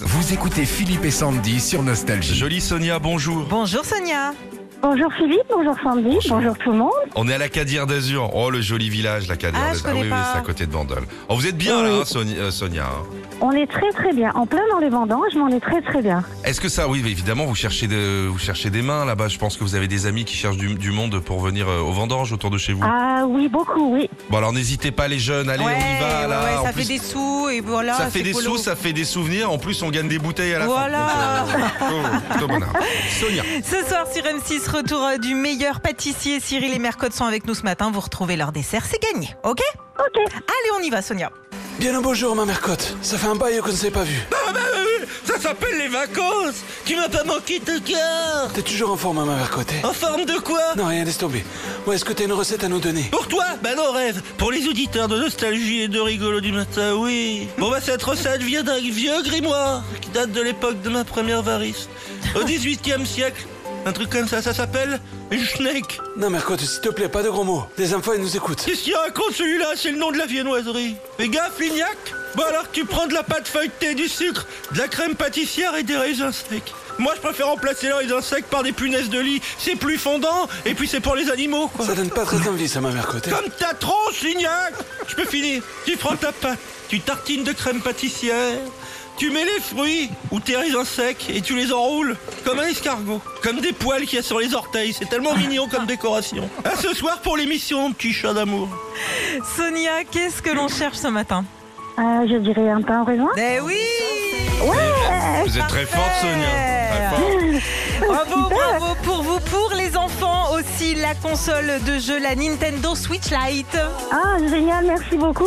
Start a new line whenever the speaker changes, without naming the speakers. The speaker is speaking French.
Vous écoutez Philippe et Sandy sur Nostalgie.
Jolie Sonia, bonjour.
Bonjour Sonia.
Bonjour Philippe, bonjour Sandy, bonjour, tout le monde.
On est à la Cadière d'Azur. Oh, le joli village, la Cadière
Ah, je
d'Azur.
connais
oui, oui,
pas.
c'est à côté de Bandol. Oh, vous êtes bien là, hein, Soni- euh, Sonia. hein.
On est très très bien, en plein dans les vendanges, mais on est très très bien.
Est-ce que ça, oui, mais évidemment, vous cherchez, de- vous cherchez des mains là-bas. Je pense que vous avez des amis qui cherchent du, du monde pour venir euh, aux vendanges autour de chez vous.
Ah oui, beaucoup, oui.
Bon, alors n'hésitez pas, les jeunes. Allez,
ouais,
on y va là.
ouais,
En
ça
plus,
fait des sous et voilà.
ça fait
c'est
des
écolo.
sous, ça fait des souvenirs. En plus, on gagne des bouteilles à la
Voilà.
fin. Voilà. Sonia.
Ce soir sur M6, retour euh, du meilleur pâtissier. Cyril et Mercotte sont avec nous ce matin. Vous retrouvez leur dessert, c'est gagné, ok
Ok,
Allez, on y va Sonia.
Bien un beau jour, ma mère Cotte. Ça fait un bail qu'on ne s'est pas vu.
Ça s'appelle les vacances Tu m'as pas manqué de cœur
T'es toujours en forme, ma mère Cotte, hein
En forme de quoi
Non, rien, laisse tomber. Ouais, est-ce que t'as une recette à nous donner
Pour toi Bah non, rêve Pour les auditeurs de Nostalgie et de Rigolo du matin, oui Bon bah cette recette vient d'un vieux grimoire qui date de l'époque de ma première varice. Au 18 e siècle un truc comme ça, ça s'appelle une schneck.
Non, mère Cotte, s'il te plaît, pas de gros mots. Les enfants, ils nous écoutent.
Qu'est-ce qu'il raconte celui-là C'est le nom de la viennoiserie. Fais gaffe, Lignac Bon alors tu prends de la pâte feuilletée, du sucre, de la crème pâtissière et des raisins secs. Moi je préfère remplacer les raisins secs par des punaises de lit. C'est plus fondant et puis c'est pour les animaux quoi.
Ça donne pas très envie, ça, ma mère Cotte, hein
Comme ta tronche, Lignac Je peux finir. Tu prends ta pâte, tu tartines de crème pâtissière, tu mets les fruits ou tes raisins secs et tu les enroules comme un escargot, comme des poils qu'il y a sur les orteils. C'est tellement mignon comme décoration. À ce soir pour l'émission, petit chat d'amour.
Sonia, qu'est-ce que l'on cherche ce matin
Euh, je dirais un pain au raisin.
Eh oui
Vous êtes très forte, Sonia. Très forte.
Bravo, bravo pour vous, pour les enfants aussi, la console de jeu, la Nintendo Switch Lite.
Ah, génial, merci beaucoup.